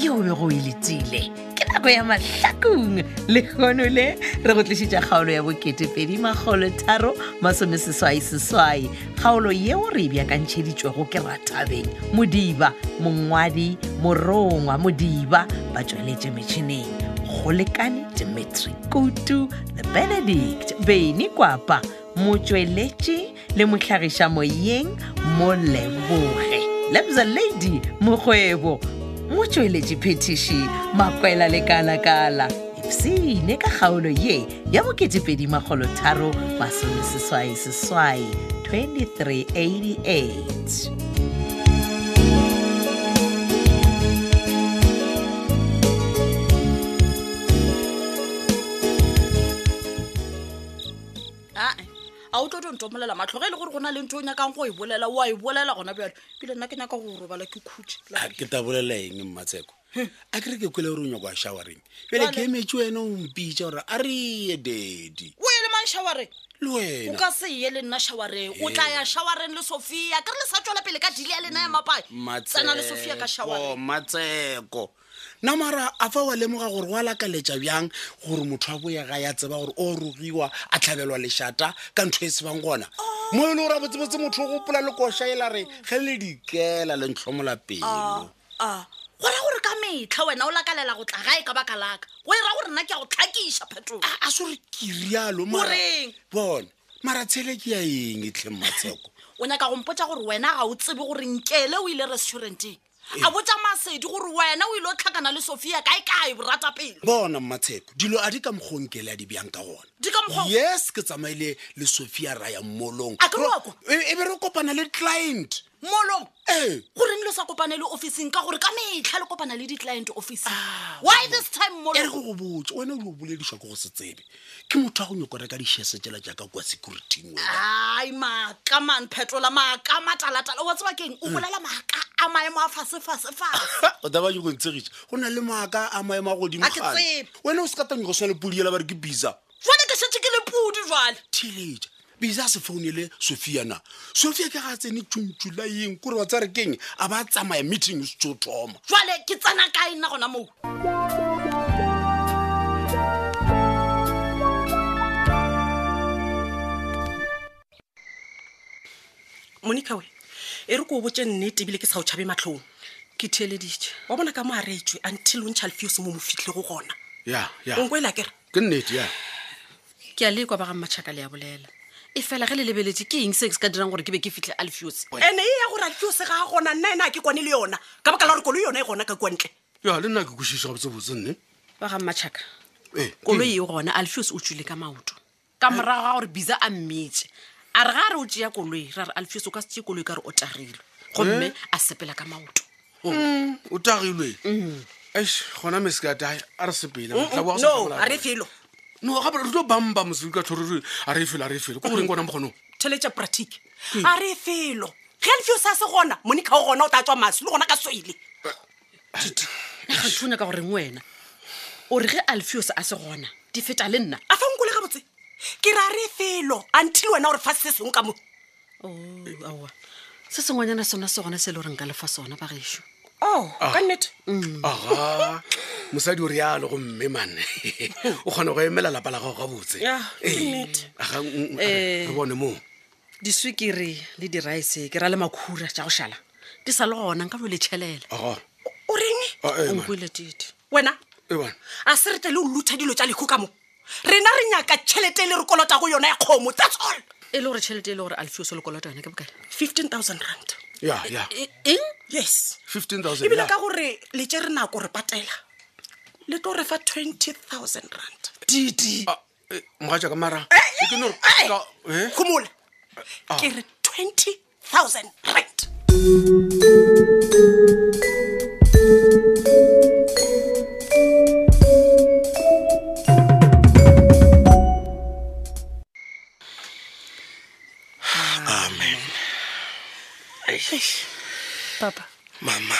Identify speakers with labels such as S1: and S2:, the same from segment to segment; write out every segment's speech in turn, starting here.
S1: e nako ya mahlakong le kgono le re go tlišitša kgaolo ya boketepedi magolo tharo masome seswai seswai kgaolo yeo re e bjakantšheditšwego ke ratabeng modiba mongwadi morongwa modiba ba tšweletše metšhineng go lekane dimitri kutu the benedict beny kwapa motsweletši le motlhagiša moyeng mo leboge lebza lady mokgwebo motsweletši phetiši makwela le kalakala epsene ka kgaolo ye ya boketepedi magolotharo masomeseswai seswai 2388
S2: ae a o tlo tlo ntomolela matlho ge e le gore go na le ntho o nyakang go e bolela o a e bolela gona bjale pele nna ke nyaka go robala ke khutse
S3: Ah, ke tla bolela eng mmatseko a kere ke kwele gore o nyako a shawareng pele ke emetse wena o mpitša gore a re ye dedi
S2: o ye le mang shawareng
S3: le
S2: o
S3: wena
S2: ka se ye le nna shawareng o tla ya shawareng le sophia ka re le sa tswela pele ka dile ya lena ya mapae tsena le sophia ka
S3: Matseko,
S2: shawareng
S3: matseko nna Oh, mara a fa wa lemoga gore go a lakaletša bjang gore motho a boya ga ya tseba gore o rogiwa a tlhabelwa lešata ka ntho e sebang gona
S2: Oh.
S3: mo e le gore a botsebotse motho o gopola le koša e la re ge le dikela le ntlhomola pelo
S2: Oh. a gora gore ka metlha wena o lakalela go tla gae ka baka laka go ira gore nna ke ya go tlhakiša phetogo
S3: a a se gore ke rialo mara-
S2: Goreng?
S3: bona mara tshele ke ya eng e tlhe mmatseko
S2: o nyaka go mpotsa gore wena ga o tsebe gore nkele o ile restauranteng a botsa masedi gore wena o ile o tlhakana le sophia kae kae borata pele
S3: bona mmatsheko dilo a di ka mokgonkele a di bjang ka gona
S2: di ka mokgwa
S3: yes ke tsamaile le sophia raya molong
S2: A ke roko?
S3: e be re kopana le client
S2: molong
S3: ee
S2: goreng le sa kopane le officing ka gore ka metlha le kopana le di-client officing why this time
S3: Ah, e re go
S2: molong
S3: go botse wena o di o boledišwa ke go se tsebe ke motho a go nyoko reka dišhese tsela jaaka kwa securityng wena
S2: ai maaka man phetola maaka matalatala wa tseba keng o
S3: Mm.
S2: bolela maaka a maemo a fasefasefase
S3: o taba ke go ntsegiša go na le maaka a maemo a godimo
S2: A ke
S3: kgale.
S2: tsebe.
S3: wena o se ka tanyoko swana le podiela ba re ke bisa
S2: jale ke shetse ke le pudi jale
S3: teenage bisa se founele sophia na sophia ke ga a tsene tšontšu la eng kore wa tsa re keng a ba tsamaya meeting o se tso thoma
S2: jale ke tsena kae nna gona moo
S4: monica we e re ko o botse nnete ebile ke sa o tšhabe matlhong
S5: ke theleditše
S4: wa bona ka mo a retswe until o ntšha lefiose mo mofitlhe go gona
S3: ya
S4: onko e lakere
S3: ke nnete ya
S5: ke a lekwa ba ga mmatšhaka le ya bolela e fela ge le lebeletse ke eng se ke se ka dirang gore ke be ke fitlhe alfiose
S4: ande e ya gore lefiose ga a gona nna ena a ke kwane le yona ka baka la gore koloi yona e gona ka kua ntle
S3: ya le nna ke kwešiša gabotsebotse nne
S5: ba ga mmatšhaka
S3: Eh,
S5: koloi e gona alfiose o tswile ka maoto ka morago ga gore bisa a mmetse a re ga a re o tšea koloi ra re alfiose o ka se tšee koloi ka re o tarilwe
S4: Eh?
S5: gomme a sepela ka maoto
S4: Mm.
S6: o tagilwe ash gona me se ka tae a re sepela
S4: Mm, no a re felo
S6: no gape re tlo bamba mosedi ka tlhorore a re felo a re felo ke goreng kona mokgono
S4: theletša pratic a re felo ge lefiose a se gona monica o gona o tla tswa maso le gona ka soile
S5: nna ga thunya ka goreng wena o re ge alfiose a se gona di feta le nna
S4: a fa nkole ga botse ke re a re felo until wena gore fa se sengwe ka mo
S5: aa Oh, se sengwenyana sona se gona se e le goreng ka lefa sona ba gešo
S4: o ka nnete
S6: aga mosadi o rialo gomme mane o kgona go emela lapa la gago gabotse
S5: Ya, ke
S6: Eh,
S5: nnete.
S6: aga, mm,
S4: Eh.
S6: re re bone moo
S5: diswekere le dirice ke ra le makhura tša go šala di sa le gona nka bole tšhelela
S6: aga
S4: o reng
S6: Ah, eh, man.
S5: onkwele tete
S4: wena
S6: Eh, man.
S4: a se rete le o lutha dilo tsa lekhu ka mo rena re nyaka tšhelete e le re kolota go yona ya kgomo tsa tsone
S5: e le gore tšhelete e le gore alfios le kolota yone ke bokae
S4: fifteen thousand rand
S6: ya ya
S5: E- eng
S4: yes
S6: 15000
S4: ebile
S6: ya.
S4: ka gore le tse re nako re patela le tlo re fa twenty thousand rand didi
S6: Ah, eh, mogatšaka mara
S4: Eh,
S6: e ke no re-
S4: eh,
S6: ka- eh?
S4: gomola ke e re twenty thousand rand
S7: papa
S3: mama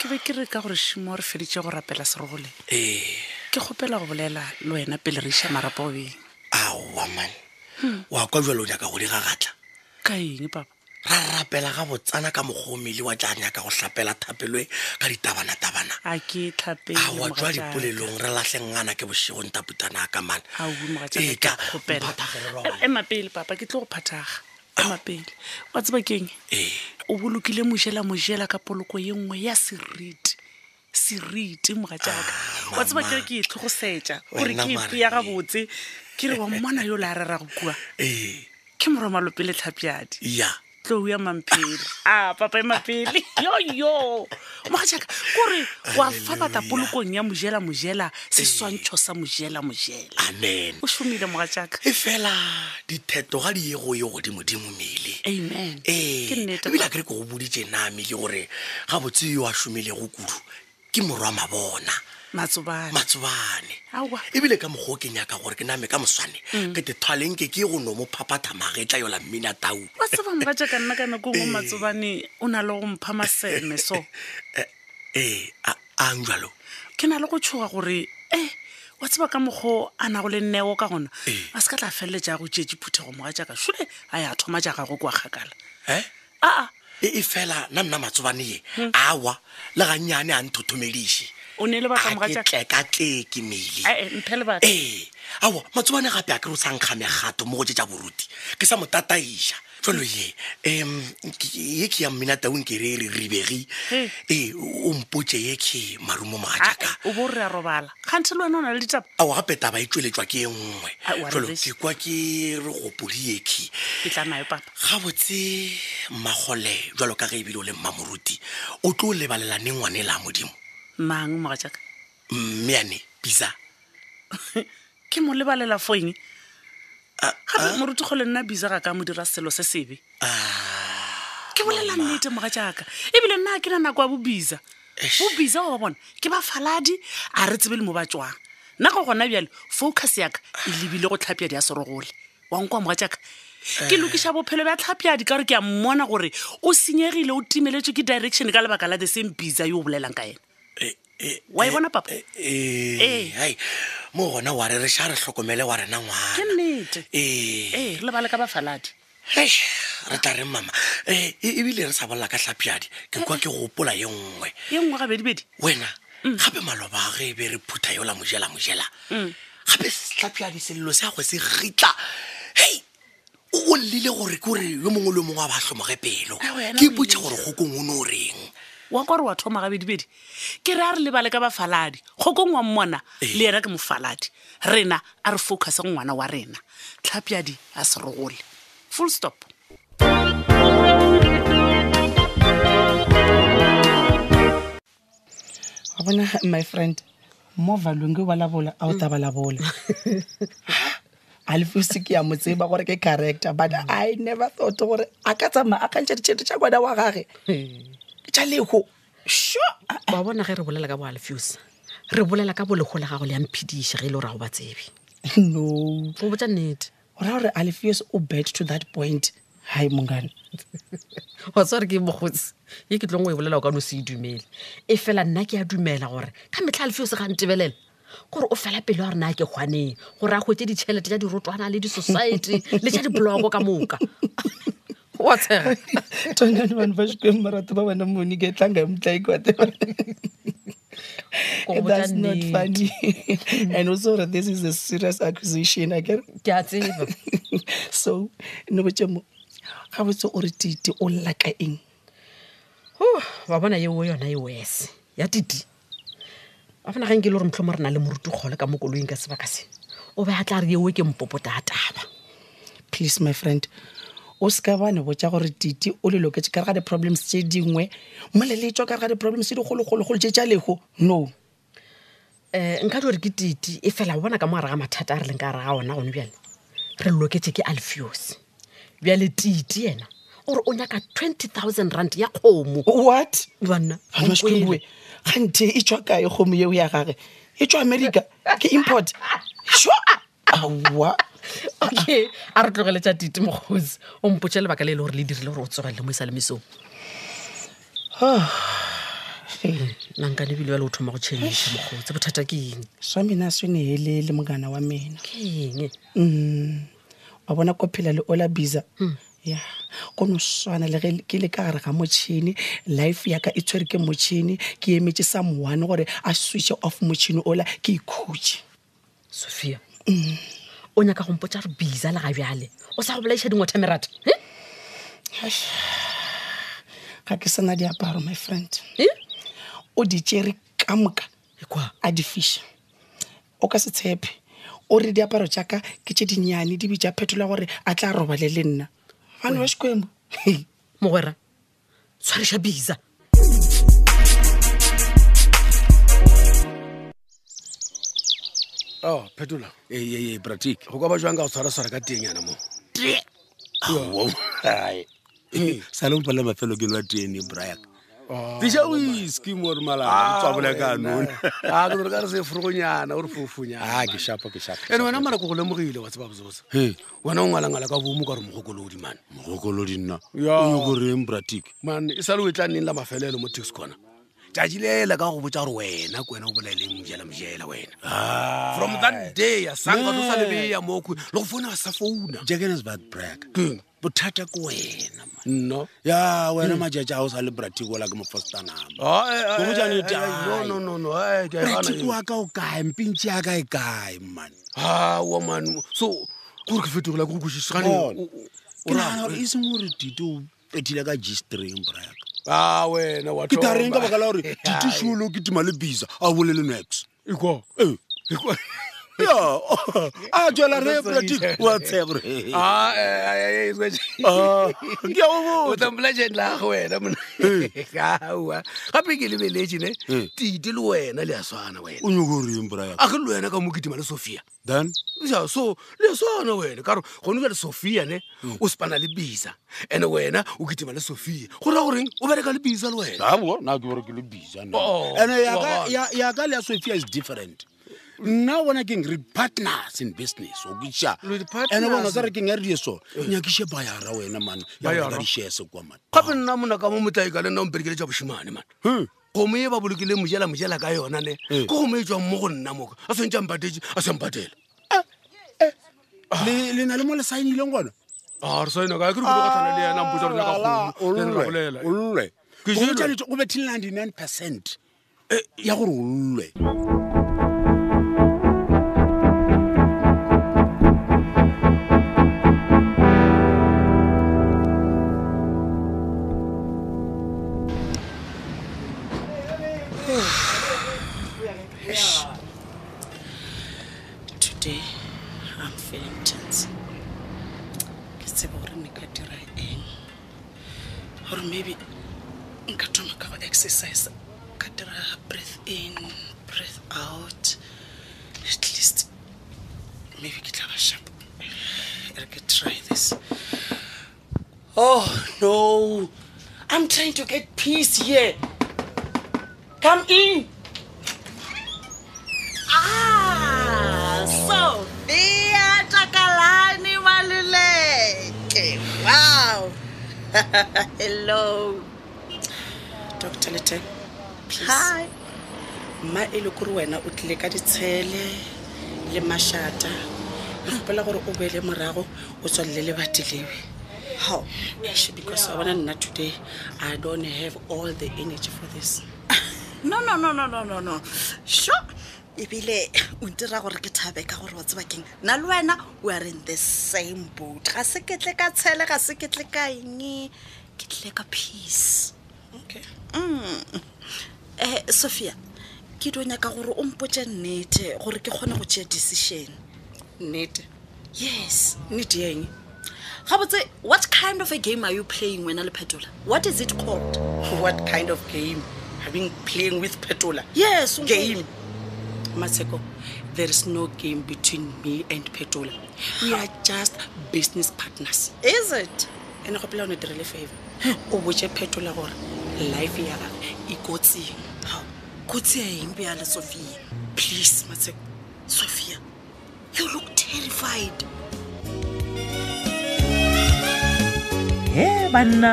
S7: ke be ke re ka gore šimo re feditše go rapela serogole
S3: ee
S7: ke kgopela go bolela le wena pele re iša marapa o beng
S3: aowa mane wa kwa jalo o nyaka go di gagatlha
S7: ka eng papa
S3: ra rapela ga botsana ka mokgomele wa tla nyaka go tlapela thapelwe ka ditabana-tabana
S7: a ke tlhapele
S3: a wa tswa
S7: mogatšaka.
S3: dipolelong re latlhengana ke bošegong taputana a ka mane
S7: Ao, mogatšaka,
S3: Ee,
S7: ke
S3: ka-
S7: a kgopela.
S3: mphathagelelwa
S7: E- ema pele papa ke tlo go phathaga ema pele wa tseba keng
S3: Ee.
S7: o bolokile mojela mojela ka poloko ye nngwe ya seriti seriti moga jaaka
S3: Ah,
S7: wa tseba
S3: mama.
S7: kere ke e itlhogosetša gore
S3: Wena
S7: ke ipeya
S3: mare.
S7: gabotse ke re wa mmona yo le a rera go kua
S3: ee
S7: ke moromalope le tlhapjadi
S3: ya
S7: tlou ya mampele a papa e emapele yoyo mogatšaka kore wa fa bata
S3: Hallelujah.
S7: polokong ya mojela mojela seswantšho sa mojela mojela
S3: amen
S7: o šomile mogatšaka
S3: e fela dithetho ga di ye go ye godimodimo mele
S7: amen
S3: ee
S7: ke nnete tota.
S3: ebile a kere ke go boditse name le gore ga botse yo a šomilego kudu ke morwa mabona
S7: matsobane
S3: matsobane
S7: Aowa.
S3: ebile ka mokgwa o ke nyaka gore ke name ka moswane ke te thwaleng ke ke ye go no mo phaphatamagetla yola mmina tau
S7: wa tseba moka jaaka nna ka nako ngwe matsobane o na le go mpha maseme so
S3: ee a- a njalo
S7: ke na le go tshoga gore e wa tseba ka mokgwa a nago le nneo ka gona
S3: Ee.
S7: a se ka tla feleletša go tšetse phuthego moga jaaka sole a ya thoma jaaka go kwa kgakala
S3: e
S7: aa
S3: e fela nna nna matsobane ye awa le gannyane a nthothomediše
S7: o ne e lebaka
S3: ga Eh,
S7: moga
S3: ke
S7: jaaka
S3: tlekatleke mele
S7: ae mphe lebaka
S3: ee ao matsobane gape a kere o sa nkga megato mo go je tja boruti ke sa mo tataiša jalo ye um ye ke ya mminataung ke re e re ribegi
S7: Hey.
S3: ee o mpotse ye ke marumo
S7: Ae,
S3: magatšaka
S7: o bo re a robala kganthe le wena o na le ditaba
S3: ao gape taba e tsweletšwa ke e nngwe
S7: Ah, wa re
S3: jalo
S7: bese.
S3: ke kwa ke re gopodie ke
S7: ke tla nayo papa
S3: ga botse mmagole jalo ka ge ebile o le mmamoruti o tlo o lebalelane ngwane la modimo
S7: mang moga jaaka
S3: mme ane bisa
S7: ke mo lebalela foeng gape moruti kgole nna bisa ga ka mo dira selo se sebe ke bolela nnete moga jaaka ebile nna ha ke na nako ya bobisa
S3: Eish.
S7: bobisa wa ba bona ke bafaladi a re tsebe le mo ba tswang nna go gona bjale focus yaka e lebile go tlhapjadi ya serogole wankwa moga jaaka ke lokiša bophelo bja tlhapjadi ka gore ke a mmona gore o senyegile o timeletswe ke direction ka lebaka la the same bisa yo o bolelang ka ena Wa e bona, papa?
S3: ee
S7: Ee.
S3: hai mo gona wa re re ša re tlhokomele wa rena ngwana
S7: ke nnete
S3: ee
S7: ee Eh, re lebale ka bafaladi
S3: Hei, re tla reng mama Eh, e- ebile re sa bolela ka tlhapiadi
S7: E,
S3: ke kwa ke gopola ye nngwe
S7: ye E nngwe gabedibedi
S3: wena
S7: Mm.
S3: gape maloba a ge e be re phutha yola mojela mojela gape tlhapiadi selelo se ago se gitla hei o o llele gore ke gore yo mongwe le yo mongwe a ba tlhomoge pelo
S7: Ah, wena
S3: ke
S7: o
S3: ipotsa gore gokong o ne o reng
S7: wa kwa re wa thoma gabedibedi ke re a re lebale ka bafaladi kgokong wa mmona le yena ke mofaladi rena a re focuse go ngwana wa rena tlhapiadi a se rogole full stop
S8: a bona my friend movha longe wa lavola a wu ta valavola alfuse ke ya mo tseba gore ke character but i never thought gore a ka tsamaya a kantšha ditšheto tša ngwana wa gage ke tša lego sure
S5: wa bona ge re bolela ka boalfuse re bolela ka bolego la gago le yamphediša ge e le gore ga go ba tsebe
S8: no
S5: go botsa nnete
S8: o raya gore alfius o bet to that point hai mongane
S5: wa tsware ke mogotsi ye ke tlong o e bolela o ka no se e dumele e fela nna ke a dumela gore ka metlha alfeo se ga ntebelela gore o fela pelo ya gore na ke kgwaneng gore a kgwetse ditšhelete tša dirotwana le di-society le tša dibloko ka moka wa tshega
S8: tongani vanhu va xikwembu marata va vana moni ke tlanga hi mutlaiki wa tiva
S5: Ko botsa
S8: that's not
S5: nnete.
S8: funny
S5: Hmm.
S8: and also that this is a serious accusation again
S5: ke a tseba
S8: so no botsemo ga botse o re tite o lla ka eng
S5: Huh, wa bona eo yona e wese ya titi wa bona ge nke le gore motlhomo re na le morutukgole ka mo koloing ka sebaka se o be a tla re eo ke mpopota a taba
S8: please my friend o seka bane botsa gore tite o leloketse ka re ga di-problems tse dingwe moleletswa ka re ga di-problems tse dikgologologolo tse tsa lego no
S5: um nka di gore ke titi e fela o bona ka mo gare ga mathata a re leng ka gare ga ona gone bjale re loketse ke alfios bjale titi ena ore o nyaka twenty thousand rand ya kgomo
S8: what
S5: banna
S8: Bana ba Xikwembu we, kganthe e tswa kae kgomo eo ya gage e tswa america ke import sure awa
S5: okay a re tlogele tša titi mokgosi o mpotse lebaka le e le gore le dirile gore o tsogelele mo isa le mesong
S8: Ah.
S5: nankane ebile bjale o thoma go change mokgotsi bothata ke eng
S8: swa mina a swi ni heleli munghana wa mina
S5: ke eng
S8: Mm. wa bona ko phela le ola biza ya go no swana le ge ke le ka gare ga motšhini life yaka e tshwere ke motšhini ke emetse someone gore a switche off motšhini ola ke ikhutse
S5: sophia o nyaka gompotsa re bisa le ga bjale o sa go bolaiša dingwetha merata
S8: ga ke sana diaparo my friend o di tšere ka moka
S5: ekwa
S8: a di fiša o ka se tshepe o re diaparo jaaka ke tše dinnyane di bija phetola gore a tla robale le nna bane ba xikwembu
S5: mogwera tshwariša bisa
S6: o phetola
S3: ee pratic
S6: go ka ba jwang ka go tshwaraswara ka tenyana mo
S3: sale go pala mafelo ke nwa tene briak dija o iskim ore malaatswabole ka none
S6: a Ah, ke gore ka re se forokonyana ore foofonyana
S3: a ke shapa ke shapa
S6: and wena mara ko go lemogile wa tseba botsebotse
S3: He.
S6: wena o ngwalangwala ka boomo ka gore mogokolodi mane
S3: mogokolodi nna
S6: Ya.
S3: o yokoreng pratic
S6: man e sale o e tla nneng la mafelelo mo tax corner tšatši leela ka go botsa gore wena ke wena o bolaeleng mojela mojela wena
S3: Ah.
S6: from that day a sanka o sa lebeya moko le go founa a sa founa
S3: jakenesbad briak
S6: Keng?
S3: bothata ke wena man.
S6: nno
S3: ya wena majatša a o sa le pratic ola ke mofostanama Mobotjane, di- ai. pratic wa ka o kae mpentše ya ka e kae man
S6: aa man so kore ke fetogela ke go
S3: Bona. ke nagana gore
S6: kwešišegane
S3: e seng gore tite o petile ka gstring briak
S6: a Ah, wena wa
S3: ke tareng ka
S6: thoma.
S3: baka la gore tite šolo ke tima le bisa a bolele nex
S6: Ekwa,
S3: Eh.
S6: ekwa.
S3: Ya, a tswela re pratic wa tsheya
S6: Ah, eh, eh, eh, eh,
S3: Ah, gore
S6: o tsampola jeng la go wena mona aa gape ke lebeletsene
S3: Eh.
S6: tite le wena le a swana wena
S3: o nyokoreng briak
S6: a ke le wena ka mo ketima le sophia
S3: then
S6: ja so le swana wena ka gore gone ka le sophia ne
S3: Mm.
S6: o spana le bisa and wena o ketima le sophia go raya goreng o bereka le bisa le wena
S3: abo na ke gore ke le bisa
S6: Oh, wa bona.
S3: yaka le ya sophia is different nna o bona keng re partners in business o kiša
S6: Le di-partners. Eh.
S3: ande bona sa re keng ya re die so nyakiše bayara wena mane
S6: Bayara?
S3: yaka dishese kwa mane
S6: gape nna mona ka mo motlaika le nna o mperekele tsa bošimane
S3: Hmm.
S6: man gomo e ba bolokile mojela mojela ka yona ne
S3: Eh.
S6: ke gomo e tswang mo go nna moka a swantse a mpatetse a sa mpatela
S3: Eh, Le- le na le mo le saenileng gona
S6: a re saena kae ke re kile ka tlhana le yena mpotsa rena ka kgomo ene ra bolela
S3: olle
S6: Ke jelwe.
S3: o bethile ninety-nine percent ya gore olle
S4: today i'm feeling tense ke tseba gore ne ka dira eng gore maybe nka thoma ka go exercise ka dira breath in breath out at least maybe ke tla ba sharp e re ke try this oh no i'm trying to get peace here come in
S2: Ah, Sophia Takalani Maluleke. Wow. Hello.
S4: dr leteng please
S2: Hi.
S4: mma e le kore wena o tlile ka ditshele le mašata gopela gore o boele morago o tswalele lebati lewe
S2: How?
S4: Eish, because wa bona nna today i don't have all the energy for this
S2: No, no, no, no, no, no, no. Sure. ebile o ntira gore ke thabe ka gore wa tsebakeng nna le wena we are in the same boat ga se ke tle ka tshele ga se ke tle ka eng ke tlile ka peace
S4: okay
S2: um sophia ke dio nyaka gore o mpotse nnete gore ke kgone go tšea decision
S4: nnete
S2: yes
S4: nnete ya eng
S2: gabotse what kind of a game are you playing wena le phetola what is it called
S4: what kind of game have been playing with petola
S2: yes o
S4: game
S2: nkgopole.
S4: matsheko there is no game between me and petola we are just business partners
S2: is it
S4: ene gopela o ne dirile favor o botse phetola gore life ya gage e kotseng
S2: How? kotsi ya eng bjale sophia
S4: please matsheko
S2: sophia you look terrified
S1: he banna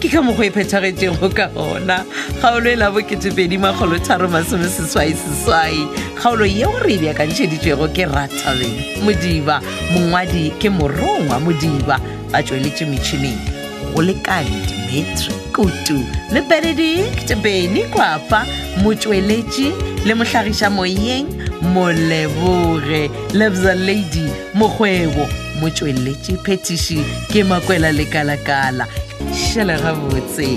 S1: ke ka mokgwa e phethagetšego ka gona kgaolo e la bokete2edi magolotharo masomeseswaiseswai kgaolo yeo re e beakantšheditšwego ke ratabeng modiba mongwadi ke morongwa modiba ba tsweletše metšhineng go lekane dimetri kutu le benedict beny kwapa motsweletši le mohlagiša moyeng moleboge lebza lady mokgwebo motsweletši phetiši ke makwela lekalakala šele gabotse